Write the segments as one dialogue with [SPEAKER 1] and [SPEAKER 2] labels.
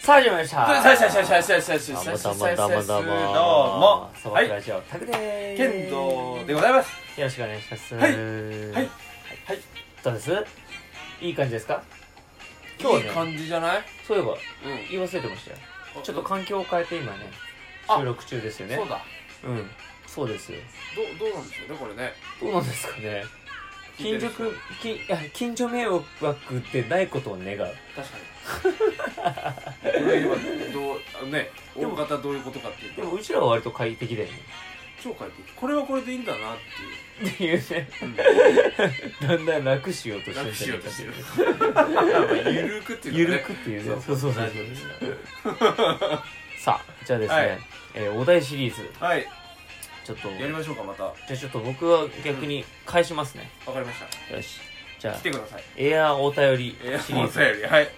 [SPEAKER 1] さあ始まりました
[SPEAKER 2] さあさあさあさあさあさあさあ
[SPEAKER 1] ど
[SPEAKER 2] さ
[SPEAKER 1] う
[SPEAKER 2] あさ
[SPEAKER 1] もど
[SPEAKER 2] あ
[SPEAKER 1] うもどうも
[SPEAKER 2] どうも
[SPEAKER 1] は
[SPEAKER 2] はいい
[SPEAKER 1] ラジオタクでーす
[SPEAKER 2] 剣道でございます
[SPEAKER 1] よろしくお願いします
[SPEAKER 2] はい
[SPEAKER 1] は
[SPEAKER 2] はいはい
[SPEAKER 1] どうですいい感じですか今
[SPEAKER 2] いい
[SPEAKER 1] 日はね
[SPEAKER 2] 感じじゃない
[SPEAKER 1] そういえば
[SPEAKER 2] うん
[SPEAKER 1] 言い忘れてましたよちょっと
[SPEAKER 2] ね
[SPEAKER 1] 環境を変えて今ね
[SPEAKER 2] あ
[SPEAKER 1] 収録中ですよね
[SPEAKER 2] そうだ
[SPEAKER 1] うんそうですよ
[SPEAKER 2] どうどうなんでしょうねこれね
[SPEAKER 1] どうなんですかね
[SPEAKER 2] 聞
[SPEAKER 1] 近
[SPEAKER 2] いて
[SPEAKER 1] 所
[SPEAKER 2] る人
[SPEAKER 1] 近いや近所迷惑ってないことを願う
[SPEAKER 2] 確かにこれ今どうあのね
[SPEAKER 1] で
[SPEAKER 2] 大
[SPEAKER 1] も
[SPEAKER 2] 方どういうことかっていう
[SPEAKER 1] で
[SPEAKER 2] と
[SPEAKER 1] もうちらは割と快適だよね
[SPEAKER 2] 超快適これはこれでいいんだなっ
[SPEAKER 1] っていうね
[SPEAKER 2] ていう
[SPEAKER 1] だんだん楽しようとしてる
[SPEAKER 2] 楽しようとしてるゆるくってい
[SPEAKER 1] ゆ
[SPEAKER 2] うか
[SPEAKER 1] る
[SPEAKER 2] ね
[SPEAKER 1] くっていうね
[SPEAKER 2] そうそうそう
[SPEAKER 1] 大丈夫ですさあじゃあですね、
[SPEAKER 2] はい
[SPEAKER 1] えーお題シリーズ
[SPEAKER 2] はい
[SPEAKER 1] ちょっと
[SPEAKER 2] やりましょうかまたわ
[SPEAKER 1] じゃあちょっと僕は逆に返しますね、
[SPEAKER 2] かりました
[SPEAKER 1] よしじゃあ
[SPEAKER 2] 来てください
[SPEAKER 1] エアーお便り
[SPEAKER 2] え
[SPEAKER 1] シ
[SPEAKER 2] ー
[SPEAKER 1] リ
[SPEAKER 2] お
[SPEAKER 1] ーズ
[SPEAKER 2] 便りはい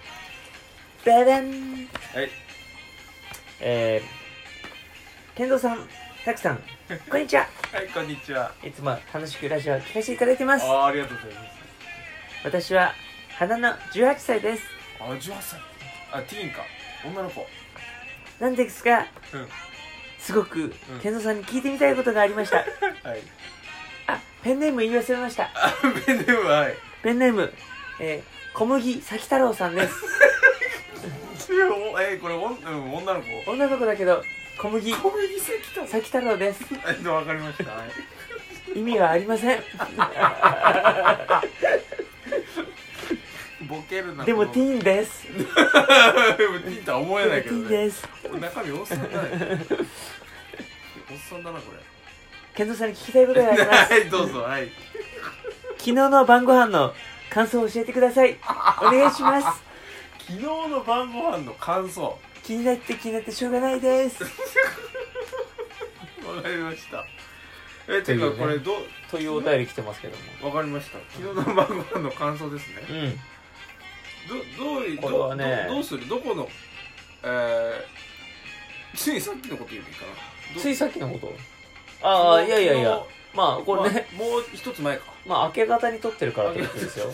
[SPEAKER 1] ダダン
[SPEAKER 2] はい
[SPEAKER 1] えー、健三さんたくさんこんにちは
[SPEAKER 2] はいこんにちはい
[SPEAKER 1] つも楽しくラジオ聞かせていただいてます
[SPEAKER 2] あーありがとうございます
[SPEAKER 1] 私は花の18歳です
[SPEAKER 2] あ18歳あティーンか女の子
[SPEAKER 1] なんですが、
[SPEAKER 2] うん
[SPEAKER 1] すごく健三さんに聞いてみたいことがありました、
[SPEAKER 2] はい
[SPEAKER 1] あペンネーム言い忘れました
[SPEAKER 2] ベネムはい
[SPEAKER 1] ペンネーム、えー、小麦咲太郎さんです
[SPEAKER 2] えこれおんうん女の子
[SPEAKER 1] 女の子だけど小麦
[SPEAKER 2] 小麦さきた
[SPEAKER 1] 咲太郎です
[SPEAKER 2] はいわかりましたはい
[SPEAKER 1] 意味はありません
[SPEAKER 2] ボケるな
[SPEAKER 1] でも
[SPEAKER 2] この
[SPEAKER 1] ティーンです
[SPEAKER 2] でもティーンとは思えない
[SPEAKER 1] テ
[SPEAKER 2] け
[SPEAKER 1] ィーン
[SPEAKER 2] どね
[SPEAKER 1] です
[SPEAKER 2] 中身おっさんだねおっさんだなこれ
[SPEAKER 1] 健三さんに聞きたいことがあります
[SPEAKER 2] はいどうぞはい
[SPEAKER 1] 昨日の晩ご飯の感想を教えてくださいお願いします
[SPEAKER 2] 昨日の晩ご飯の感想わ
[SPEAKER 1] 気になって気になってしょうがないです
[SPEAKER 2] かりましたえ
[SPEAKER 1] と
[SPEAKER 2] て
[SPEAKER 1] いうね
[SPEAKER 2] かこれど
[SPEAKER 1] というお便り来てますけども
[SPEAKER 2] うわかりました昨日の晩ご飯の感想ですね
[SPEAKER 1] うん
[SPEAKER 2] どどうい
[SPEAKER 1] これはね
[SPEAKER 2] どどうするどこのえー、ついさっきのこと言えばいいかなど
[SPEAKER 1] ついさっきのことああいやいやいや
[SPEAKER 2] 昨
[SPEAKER 1] まあ
[SPEAKER 2] 日
[SPEAKER 1] これね、
[SPEAKER 2] まあもう一つ前か
[SPEAKER 1] まあ明け方に撮ってるからってこと ですよ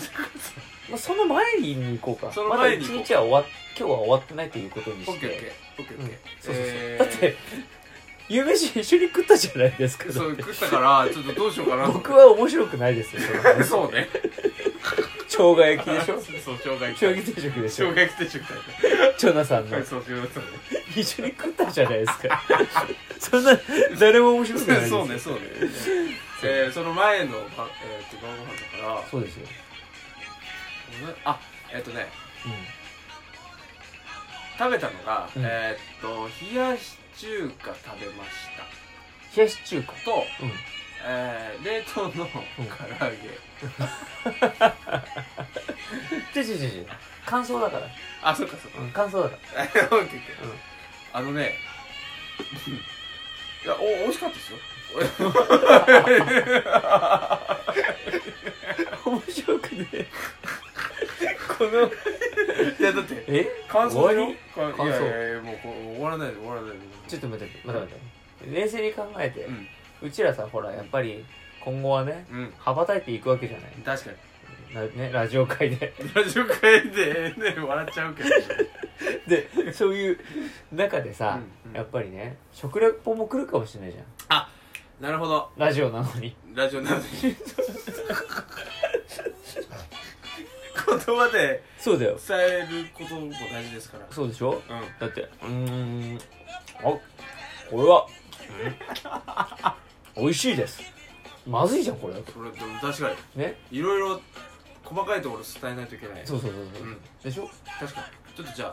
[SPEAKER 1] まあその前に行こうか
[SPEAKER 2] その前に
[SPEAKER 1] ま
[SPEAKER 2] 行こう
[SPEAKER 1] だ一日は終わっ今日は終わってないということに
[SPEAKER 2] オ
[SPEAKER 1] し
[SPEAKER 2] ッケーオッ
[SPEAKER 1] て
[SPEAKER 2] ケーオッケーオッケー
[SPEAKER 1] そうそうそう、
[SPEAKER 2] えー
[SPEAKER 1] だって夕飯一緒に食ったじゃないですか
[SPEAKER 2] そう食ったからちょっとどうしようかな
[SPEAKER 1] 僕は面白くないですよその話
[SPEAKER 2] そうね
[SPEAKER 1] 生姜焼きでしょ
[SPEAKER 2] そう生姜焼き
[SPEAKER 1] 将棋定食でし
[SPEAKER 2] 生
[SPEAKER 1] ょ
[SPEAKER 2] 姜焼き定食だ
[SPEAKER 1] チョナさんの
[SPEAKER 2] ねそうそうそう
[SPEAKER 1] 一緒に食ったじゃないです かそんな誰も面白くないですよ
[SPEAKER 2] そう ねそうねえー、その前のばえー、っと晩ご飯だから
[SPEAKER 1] そうですよ、
[SPEAKER 2] あえー、っとね食べたのが、
[SPEAKER 1] うん
[SPEAKER 2] えー、っと冷やし中華食べまし
[SPEAKER 1] 冷やし中華
[SPEAKER 2] たと
[SPEAKER 1] うん
[SPEAKER 2] えー、冷凍の唐揚げ、
[SPEAKER 1] ちょちょちょちょ感想だから、
[SPEAKER 2] あそっかそっか
[SPEAKER 1] うん、感想だか
[SPEAKER 2] オッケーオッケー
[SPEAKER 1] ら、うん
[SPEAKER 2] あのねいやお美味しかったですよ
[SPEAKER 1] 面 白くねえこの
[SPEAKER 2] いやだって
[SPEAKER 1] え
[SPEAKER 2] 感想
[SPEAKER 1] 終
[SPEAKER 2] で
[SPEAKER 1] わ
[SPEAKER 2] よ
[SPEAKER 1] り
[SPEAKER 2] か
[SPEAKER 1] 感想
[SPEAKER 2] いやいやいやもうこう終わらないで終わらないで
[SPEAKER 1] ちょっと待って待って待って冷静に考えて、
[SPEAKER 2] うん
[SPEAKER 1] うちらさほらやっぱり今後はね
[SPEAKER 2] うん
[SPEAKER 1] 羽ばたいていくわけじゃない
[SPEAKER 2] 確かに
[SPEAKER 1] な、ね、ラジオ界で
[SPEAKER 2] ラジオ会でね笑っちゃ うけど
[SPEAKER 1] でそういう中でさ、
[SPEAKER 2] うんうん
[SPEAKER 1] やっぱりね食レポも来るかもしれないじゃん
[SPEAKER 2] なるほど
[SPEAKER 1] ラジオなのに
[SPEAKER 2] ラジオなのに 言葉で
[SPEAKER 1] そうだよ
[SPEAKER 2] 伝えることも大事ですから
[SPEAKER 1] そうでしょ
[SPEAKER 2] うん
[SPEAKER 1] だってうーんあこれは、うん、美味しいですまずいじゃんこれだと
[SPEAKER 2] それでも確かに
[SPEAKER 1] ね
[SPEAKER 2] いろいろ細かいところ伝えないといけない
[SPEAKER 1] そうそうそうそう、
[SPEAKER 2] うん
[SPEAKER 1] でしょ
[SPEAKER 2] 確かにちょっとじゃ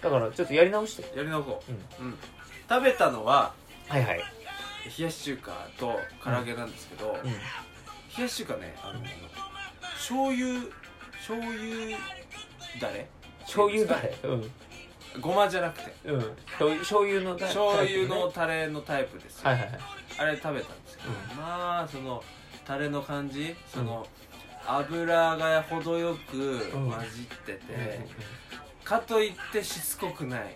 [SPEAKER 1] だからちょっとやり直して
[SPEAKER 2] あやり直そう
[SPEAKER 1] う
[SPEAKER 2] うん、食べたのは
[SPEAKER 1] はいはい、
[SPEAKER 2] 冷やし中華と唐揚げなんですけど、
[SPEAKER 1] うん、
[SPEAKER 2] 冷やし中華ねあの醤油醤油だれ
[SPEAKER 1] 醤油だれうん
[SPEAKER 2] ごまじゃなくて
[SPEAKER 1] うん醤油醤油のタイプ
[SPEAKER 2] 醤油のタレのタイプですよ、
[SPEAKER 1] はいはいはい
[SPEAKER 2] あれ食べたんですけど、
[SPEAKER 1] う
[SPEAKER 2] まあそのタレの感じその、油が程よく
[SPEAKER 1] ん
[SPEAKER 2] 混じってて、かといってしつこくない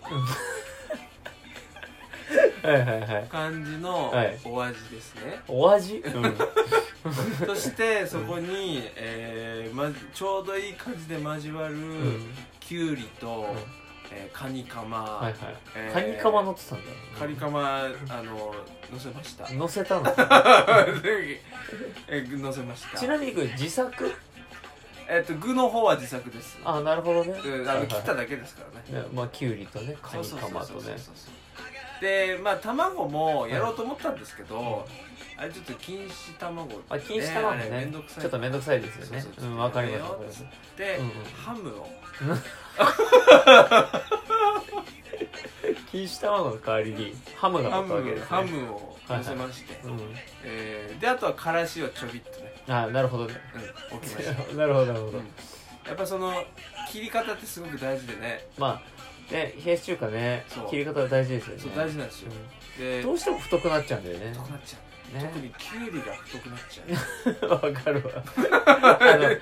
[SPEAKER 1] はいはいはい
[SPEAKER 2] 感じの
[SPEAKER 1] はい
[SPEAKER 2] お味ですね、
[SPEAKER 1] お味うん
[SPEAKER 2] そしてそこに、えーま、ちょうどいい感じで交わる、
[SPEAKER 1] うん
[SPEAKER 2] きゅうりと、えーカニカマ、
[SPEAKER 1] はいはい、
[SPEAKER 2] えー
[SPEAKER 1] カニカマ乗ってたんだよ
[SPEAKER 2] カニカマあの乗せました
[SPEAKER 1] 乗せたの
[SPEAKER 2] えー乗せました
[SPEAKER 1] ちなみにこれ自作
[SPEAKER 2] えっと具の方は自作です
[SPEAKER 1] あなるほどね
[SPEAKER 2] で
[SPEAKER 1] は
[SPEAKER 2] あ
[SPEAKER 1] いは
[SPEAKER 2] の
[SPEAKER 1] い
[SPEAKER 2] 切っただけですからね
[SPEAKER 1] ねまあきゅうりとねカニカマと
[SPEAKER 2] そうそうそうそう
[SPEAKER 1] ね
[SPEAKER 2] そうそうでまあ卵もやろうと思ったんですけど、あれちょっと禁止卵
[SPEAKER 1] あ禁止卵ね
[SPEAKER 2] あれめんどくさい
[SPEAKER 1] ちょっと面倒くさいですよね
[SPEAKER 2] そうそうそう
[SPEAKER 1] うんわかります
[SPEAKER 2] やめよう
[SPEAKER 1] わかります
[SPEAKER 2] で、
[SPEAKER 1] うんうん
[SPEAKER 2] ハムを
[SPEAKER 1] 錦糸卵の代わりにハムが
[SPEAKER 2] ハ
[SPEAKER 1] 乗ったわけです
[SPEAKER 2] ム
[SPEAKER 1] ね
[SPEAKER 2] ハムを乗せまして、
[SPEAKER 1] う
[SPEAKER 2] えーであとはからしをちょびっとね、
[SPEAKER 1] ん、あなるほ どね
[SPEAKER 2] うん、置きまし た、
[SPEAKER 1] なるほどなるほ
[SPEAKER 2] うん
[SPEAKER 1] ど、
[SPEAKER 2] やっぱその切り方ってすごく大事でね
[SPEAKER 1] まあね冷やし中華ね
[SPEAKER 2] そう
[SPEAKER 1] 切り方大事ですよね
[SPEAKER 2] そう大事なんですよ、
[SPEAKER 1] う
[SPEAKER 2] で
[SPEAKER 1] んどうしても太くなっちゃうんだよね
[SPEAKER 2] 太くなっちゃう、特にきゅうりが太くなっちゃう
[SPEAKER 1] ねわかる わあのなんだっ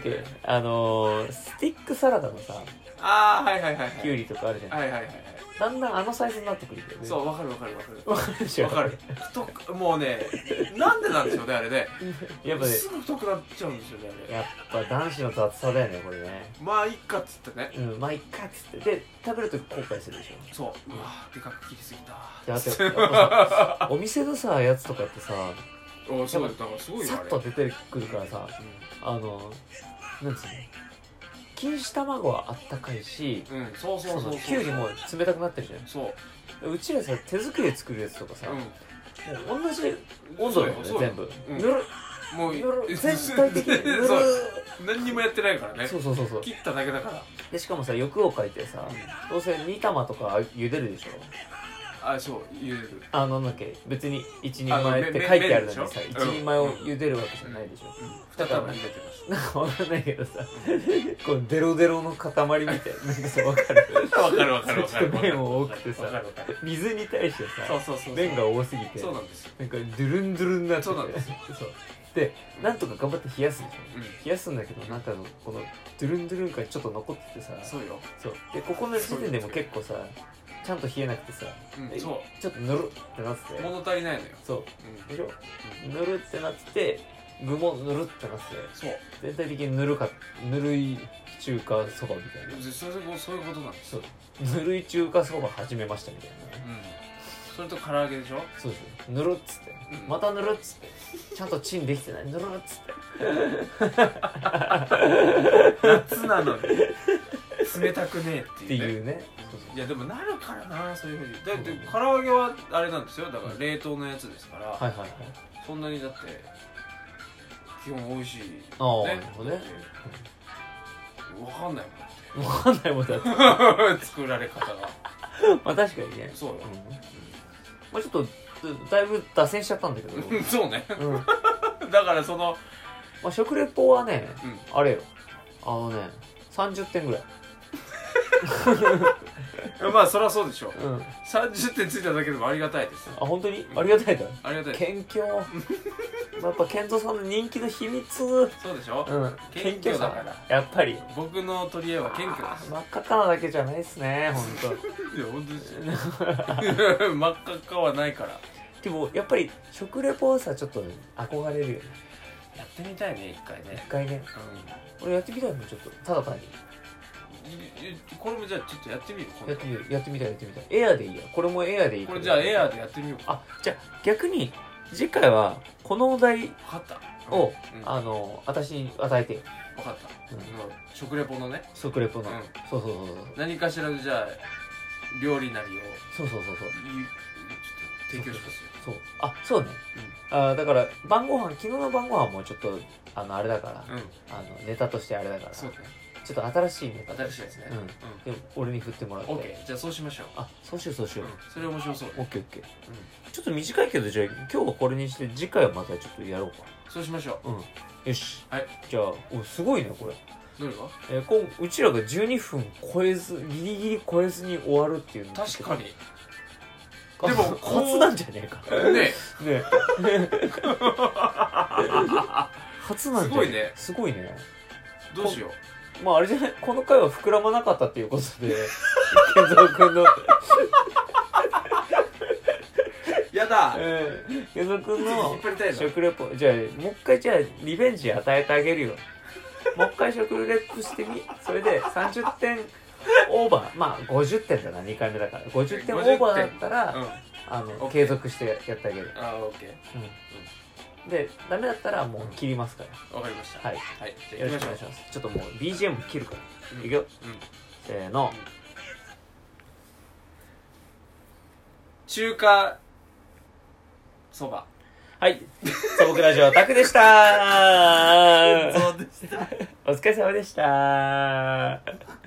[SPEAKER 1] けあのースティックサラダのさ
[SPEAKER 2] ああはいはいはいはい
[SPEAKER 1] きゅうりとかあるじゃない、
[SPEAKER 2] はいはいはいはい
[SPEAKER 1] だんだんあのサイズになってくるんだよね
[SPEAKER 2] そうわかるわかるわかる
[SPEAKER 1] わかるでしょ
[SPEAKER 2] わかる太くもうねなんでなんでしょうねあれね
[SPEAKER 1] やっぱね
[SPEAKER 2] すぐ太くなっちゃうんですよねあれ
[SPEAKER 1] やっぱ男子の雑さだよねこれね
[SPEAKER 2] まあいっかっつってね
[SPEAKER 1] うんまあいっかっつってで食べると後悔するでしょ
[SPEAKER 2] そううわーでかく切りすぎた
[SPEAKER 1] であとやっぱ さお店のさやつとかってさ
[SPEAKER 2] おそうだよだからすごいよ
[SPEAKER 1] さ
[SPEAKER 2] あ
[SPEAKER 1] っ
[SPEAKER 2] れ
[SPEAKER 1] と出てくるからさあのなんつうの錦糸卵はあったかいし
[SPEAKER 2] うん、うん、そうそう
[SPEAKER 1] そ
[SPEAKER 2] そ
[SPEAKER 1] の
[SPEAKER 2] うそう
[SPEAKER 1] きゅうりも冷たくなってるじ
[SPEAKER 2] そう
[SPEAKER 1] ゃんうちらさ手作りで作るやつとかさ、
[SPEAKER 2] う
[SPEAKER 1] もう同じ温度だよね
[SPEAKER 2] そうよ
[SPEAKER 1] 全部
[SPEAKER 2] うん
[SPEAKER 1] ぬる
[SPEAKER 2] んもう
[SPEAKER 1] ぬる全体的にぬる
[SPEAKER 2] そう何にもやってないからね
[SPEAKER 1] そうそうそうそう
[SPEAKER 2] 切っただけだから
[SPEAKER 1] でしかもさ欲をかいてさどうせ煮玉とか茹でるでしょ
[SPEAKER 2] あそう茹でる
[SPEAKER 1] あのなんだっけ別に一人
[SPEAKER 2] あの
[SPEAKER 1] 前っ
[SPEAKER 2] め
[SPEAKER 1] て書いてあるのに
[SPEAKER 2] め
[SPEAKER 1] さ
[SPEAKER 2] 麺
[SPEAKER 1] 一
[SPEAKER 2] でしょ
[SPEAKER 1] 人前を茹でるわけじゃないでしょ、
[SPEAKER 2] 再び茹でてま
[SPEAKER 1] なんかわかんないけどさこのデロデロの塊みたいななんかさわかる
[SPEAKER 2] すわかるわか るわかる
[SPEAKER 1] ちょっと麺多くてさ
[SPEAKER 2] わかるわかる
[SPEAKER 1] 水に対して
[SPEAKER 2] そう
[SPEAKER 1] さ
[SPEAKER 2] そうそうそう
[SPEAKER 1] 麺が多すぎて
[SPEAKER 2] そうなんですよ
[SPEAKER 1] なんかドゥルンドゥルンになってて
[SPEAKER 2] そうなんですよ
[SPEAKER 1] そうでなんとか頑張って冷やすでしょ
[SPEAKER 2] うん
[SPEAKER 1] 冷やすんだけどなんかのこのドゥルンドゥルン感ちょっと残っててさ
[SPEAKER 2] そうよ
[SPEAKER 1] そうでここの時点でも結構さちゃんと冷えなくてさ
[SPEAKER 2] うん
[SPEAKER 1] え
[SPEAKER 2] そ
[SPEAKER 1] ちょっとぬるってなって
[SPEAKER 2] う
[SPEAKER 1] て
[SPEAKER 2] 物足りないのよ
[SPEAKER 1] そう
[SPEAKER 2] うん
[SPEAKER 1] でしょぬるってなってて具もぬるってなってて
[SPEAKER 2] そう
[SPEAKER 1] 全体的にぬるかぬるい中華そばみたいな
[SPEAKER 2] でそれこそういうことなんです
[SPEAKER 1] そうぬるい中華そば始めましたみたいな
[SPEAKER 2] う
[SPEAKER 1] ね
[SPEAKER 2] んそれと唐揚げでしょ
[SPEAKER 1] そうそうぬるっつって
[SPEAKER 2] うん
[SPEAKER 1] またぬるっつってちゃんとチンできてないぬるっつって
[SPEAKER 2] 夏なのに冷たくねえっ
[SPEAKER 1] ってて
[SPEAKER 2] いうね
[SPEAKER 1] いうね
[SPEAKER 2] いやでもなるからなそういうふうにだって唐揚げはあれなんですよだから冷凍のやつですから、
[SPEAKER 1] はいはいはい
[SPEAKER 2] そんなにだって基本美味しい
[SPEAKER 1] あーなるほどね
[SPEAKER 2] 分かんない
[SPEAKER 1] わかんないもんだってま
[SPEAKER 2] もん 作られ方が
[SPEAKER 1] あ確かにね
[SPEAKER 2] そうよ
[SPEAKER 1] んまあちょっとだいぶ脱線しちゃったんだけど、
[SPEAKER 2] うん そうね
[SPEAKER 1] うんま
[SPEAKER 2] だからその
[SPEAKER 1] あ、食レポはね、
[SPEAKER 2] うん
[SPEAKER 1] あれよあのね30点ぐらい、
[SPEAKER 2] まあそりゃそうでしょう
[SPEAKER 1] うん、あ
[SPEAKER 2] 30点ついただけでもありがたいです
[SPEAKER 1] 本当にありがたいだろ
[SPEAKER 2] ありがたいです
[SPEAKER 1] 謙 虚やっぱ健三さんの人気の秘密うん
[SPEAKER 2] そうでしょ、
[SPEAKER 1] 謙
[SPEAKER 2] 謙虚
[SPEAKER 1] 虚
[SPEAKER 2] だ
[SPEAKER 1] さ
[SPEAKER 2] から
[SPEAKER 1] やっぱり
[SPEAKER 2] 僕の取り柄は謙虚
[SPEAKER 1] あ
[SPEAKER 2] で
[SPEAKER 1] ー
[SPEAKER 2] す
[SPEAKER 1] 真っ赤っかなだけじゃないっすね本
[SPEAKER 2] いや本当ですよ 真っ赤っかはないから
[SPEAKER 1] 当でもやっぱり食レポはさちょっとね憧れるよね
[SPEAKER 2] やってみたいね一回
[SPEAKER 1] 一
[SPEAKER 2] ね、
[SPEAKER 1] 回ね俺やってみたいもんちょっとただ単に
[SPEAKER 2] いいこれもじゃあちょっとやってみる今
[SPEAKER 1] や
[SPEAKER 2] 度
[SPEAKER 1] ってみるやってみたいやってみたいエアでいいやこれもエアでいい
[SPEAKER 2] これじゃあエ
[SPEAKER 1] ア
[SPEAKER 2] アーでやってみようか
[SPEAKER 1] あじゃあ逆に次回はこのお題
[SPEAKER 2] 分かった
[SPEAKER 1] を、
[SPEAKER 2] うん
[SPEAKER 1] あの私に与えてよ
[SPEAKER 2] 分かった、
[SPEAKER 1] うん
[SPEAKER 2] 食レポのね
[SPEAKER 1] 食レポの、
[SPEAKER 2] うん
[SPEAKER 1] そうそう
[SPEAKER 2] 何かしらのじゃあ料理なりをい
[SPEAKER 1] そうそうそうそうそう
[SPEAKER 2] ちょっと提供しますよ
[SPEAKER 1] そうあそうね、あだから晩ご飯昨日の晩ご飯もちょっとあのあれだから、
[SPEAKER 2] うん
[SPEAKER 1] あのネタとしてあれだからち
[SPEAKER 2] そ
[SPEAKER 1] ょ
[SPEAKER 2] う
[SPEAKER 1] っ
[SPEAKER 2] ね
[SPEAKER 1] と新しいネタ
[SPEAKER 2] 新しいやつね
[SPEAKER 1] うんで俺に振ってもらって
[SPEAKER 2] オッケーじゃあそうしましょう、
[SPEAKER 1] あそうしようそうし
[SPEAKER 2] う
[SPEAKER 1] よ
[SPEAKER 2] ん
[SPEAKER 1] う、、
[SPEAKER 2] それ面白そう
[SPEAKER 1] オッケーオッケーちょっと短いけどじゃあ今日はこれにして次回はまたちょっとやろうか
[SPEAKER 2] そうしましょ
[SPEAKER 1] うんよし、
[SPEAKER 2] はい
[SPEAKER 1] じゃあおすごいねこれ
[SPEAKER 2] うどれが
[SPEAKER 1] えー、こううちらが12分超えずギリギリ超えずに終わるっていうの
[SPEAKER 2] 確かに
[SPEAKER 1] あ
[SPEAKER 2] でもこう
[SPEAKER 1] コツなんじゃねえか
[SPEAKER 2] ね
[SPEAKER 1] ね初なんじゃ
[SPEAKER 2] すごいね
[SPEAKER 1] すごいね
[SPEAKER 2] どうしよう
[SPEAKER 1] まああれじゃないこの回は膨らまなかったっていうことで 健三君の、
[SPEAKER 2] やだ
[SPEAKER 1] えー、健三君
[SPEAKER 2] 引
[SPEAKER 1] の
[SPEAKER 2] っ張りたいの
[SPEAKER 1] 食レポじゃあもう一回じゃあリベンジ与えてあげるよもう一回食レポしてみそれで30点オーバーまあ50点だな2回目だから50点オーバーだったら、
[SPEAKER 2] うん、あ
[SPEAKER 1] あの
[SPEAKER 2] OK
[SPEAKER 1] 継続してやってあげる、
[SPEAKER 2] ーオッケ
[SPEAKER 1] うん、でダメだったらもう切りますから、
[SPEAKER 2] ーわかりました
[SPEAKER 1] はい
[SPEAKER 2] はい、じ
[SPEAKER 1] よ
[SPEAKER 2] ゃ
[SPEAKER 1] ろ
[SPEAKER 2] あ
[SPEAKER 1] し
[SPEAKER 2] 行き
[SPEAKER 1] くお
[SPEAKER 2] ま
[SPEAKER 1] 願い
[SPEAKER 2] し
[SPEAKER 1] し
[SPEAKER 2] ょ
[SPEAKER 1] ますちょっともう BGM 切るから、
[SPEAKER 2] う
[SPEAKER 1] いくよ
[SPEAKER 2] うん、うん、
[SPEAKER 1] せーの
[SPEAKER 2] 中華そば
[SPEAKER 1] はい素朴ラジオタクでした
[SPEAKER 2] そうです
[SPEAKER 1] お疲れ様でした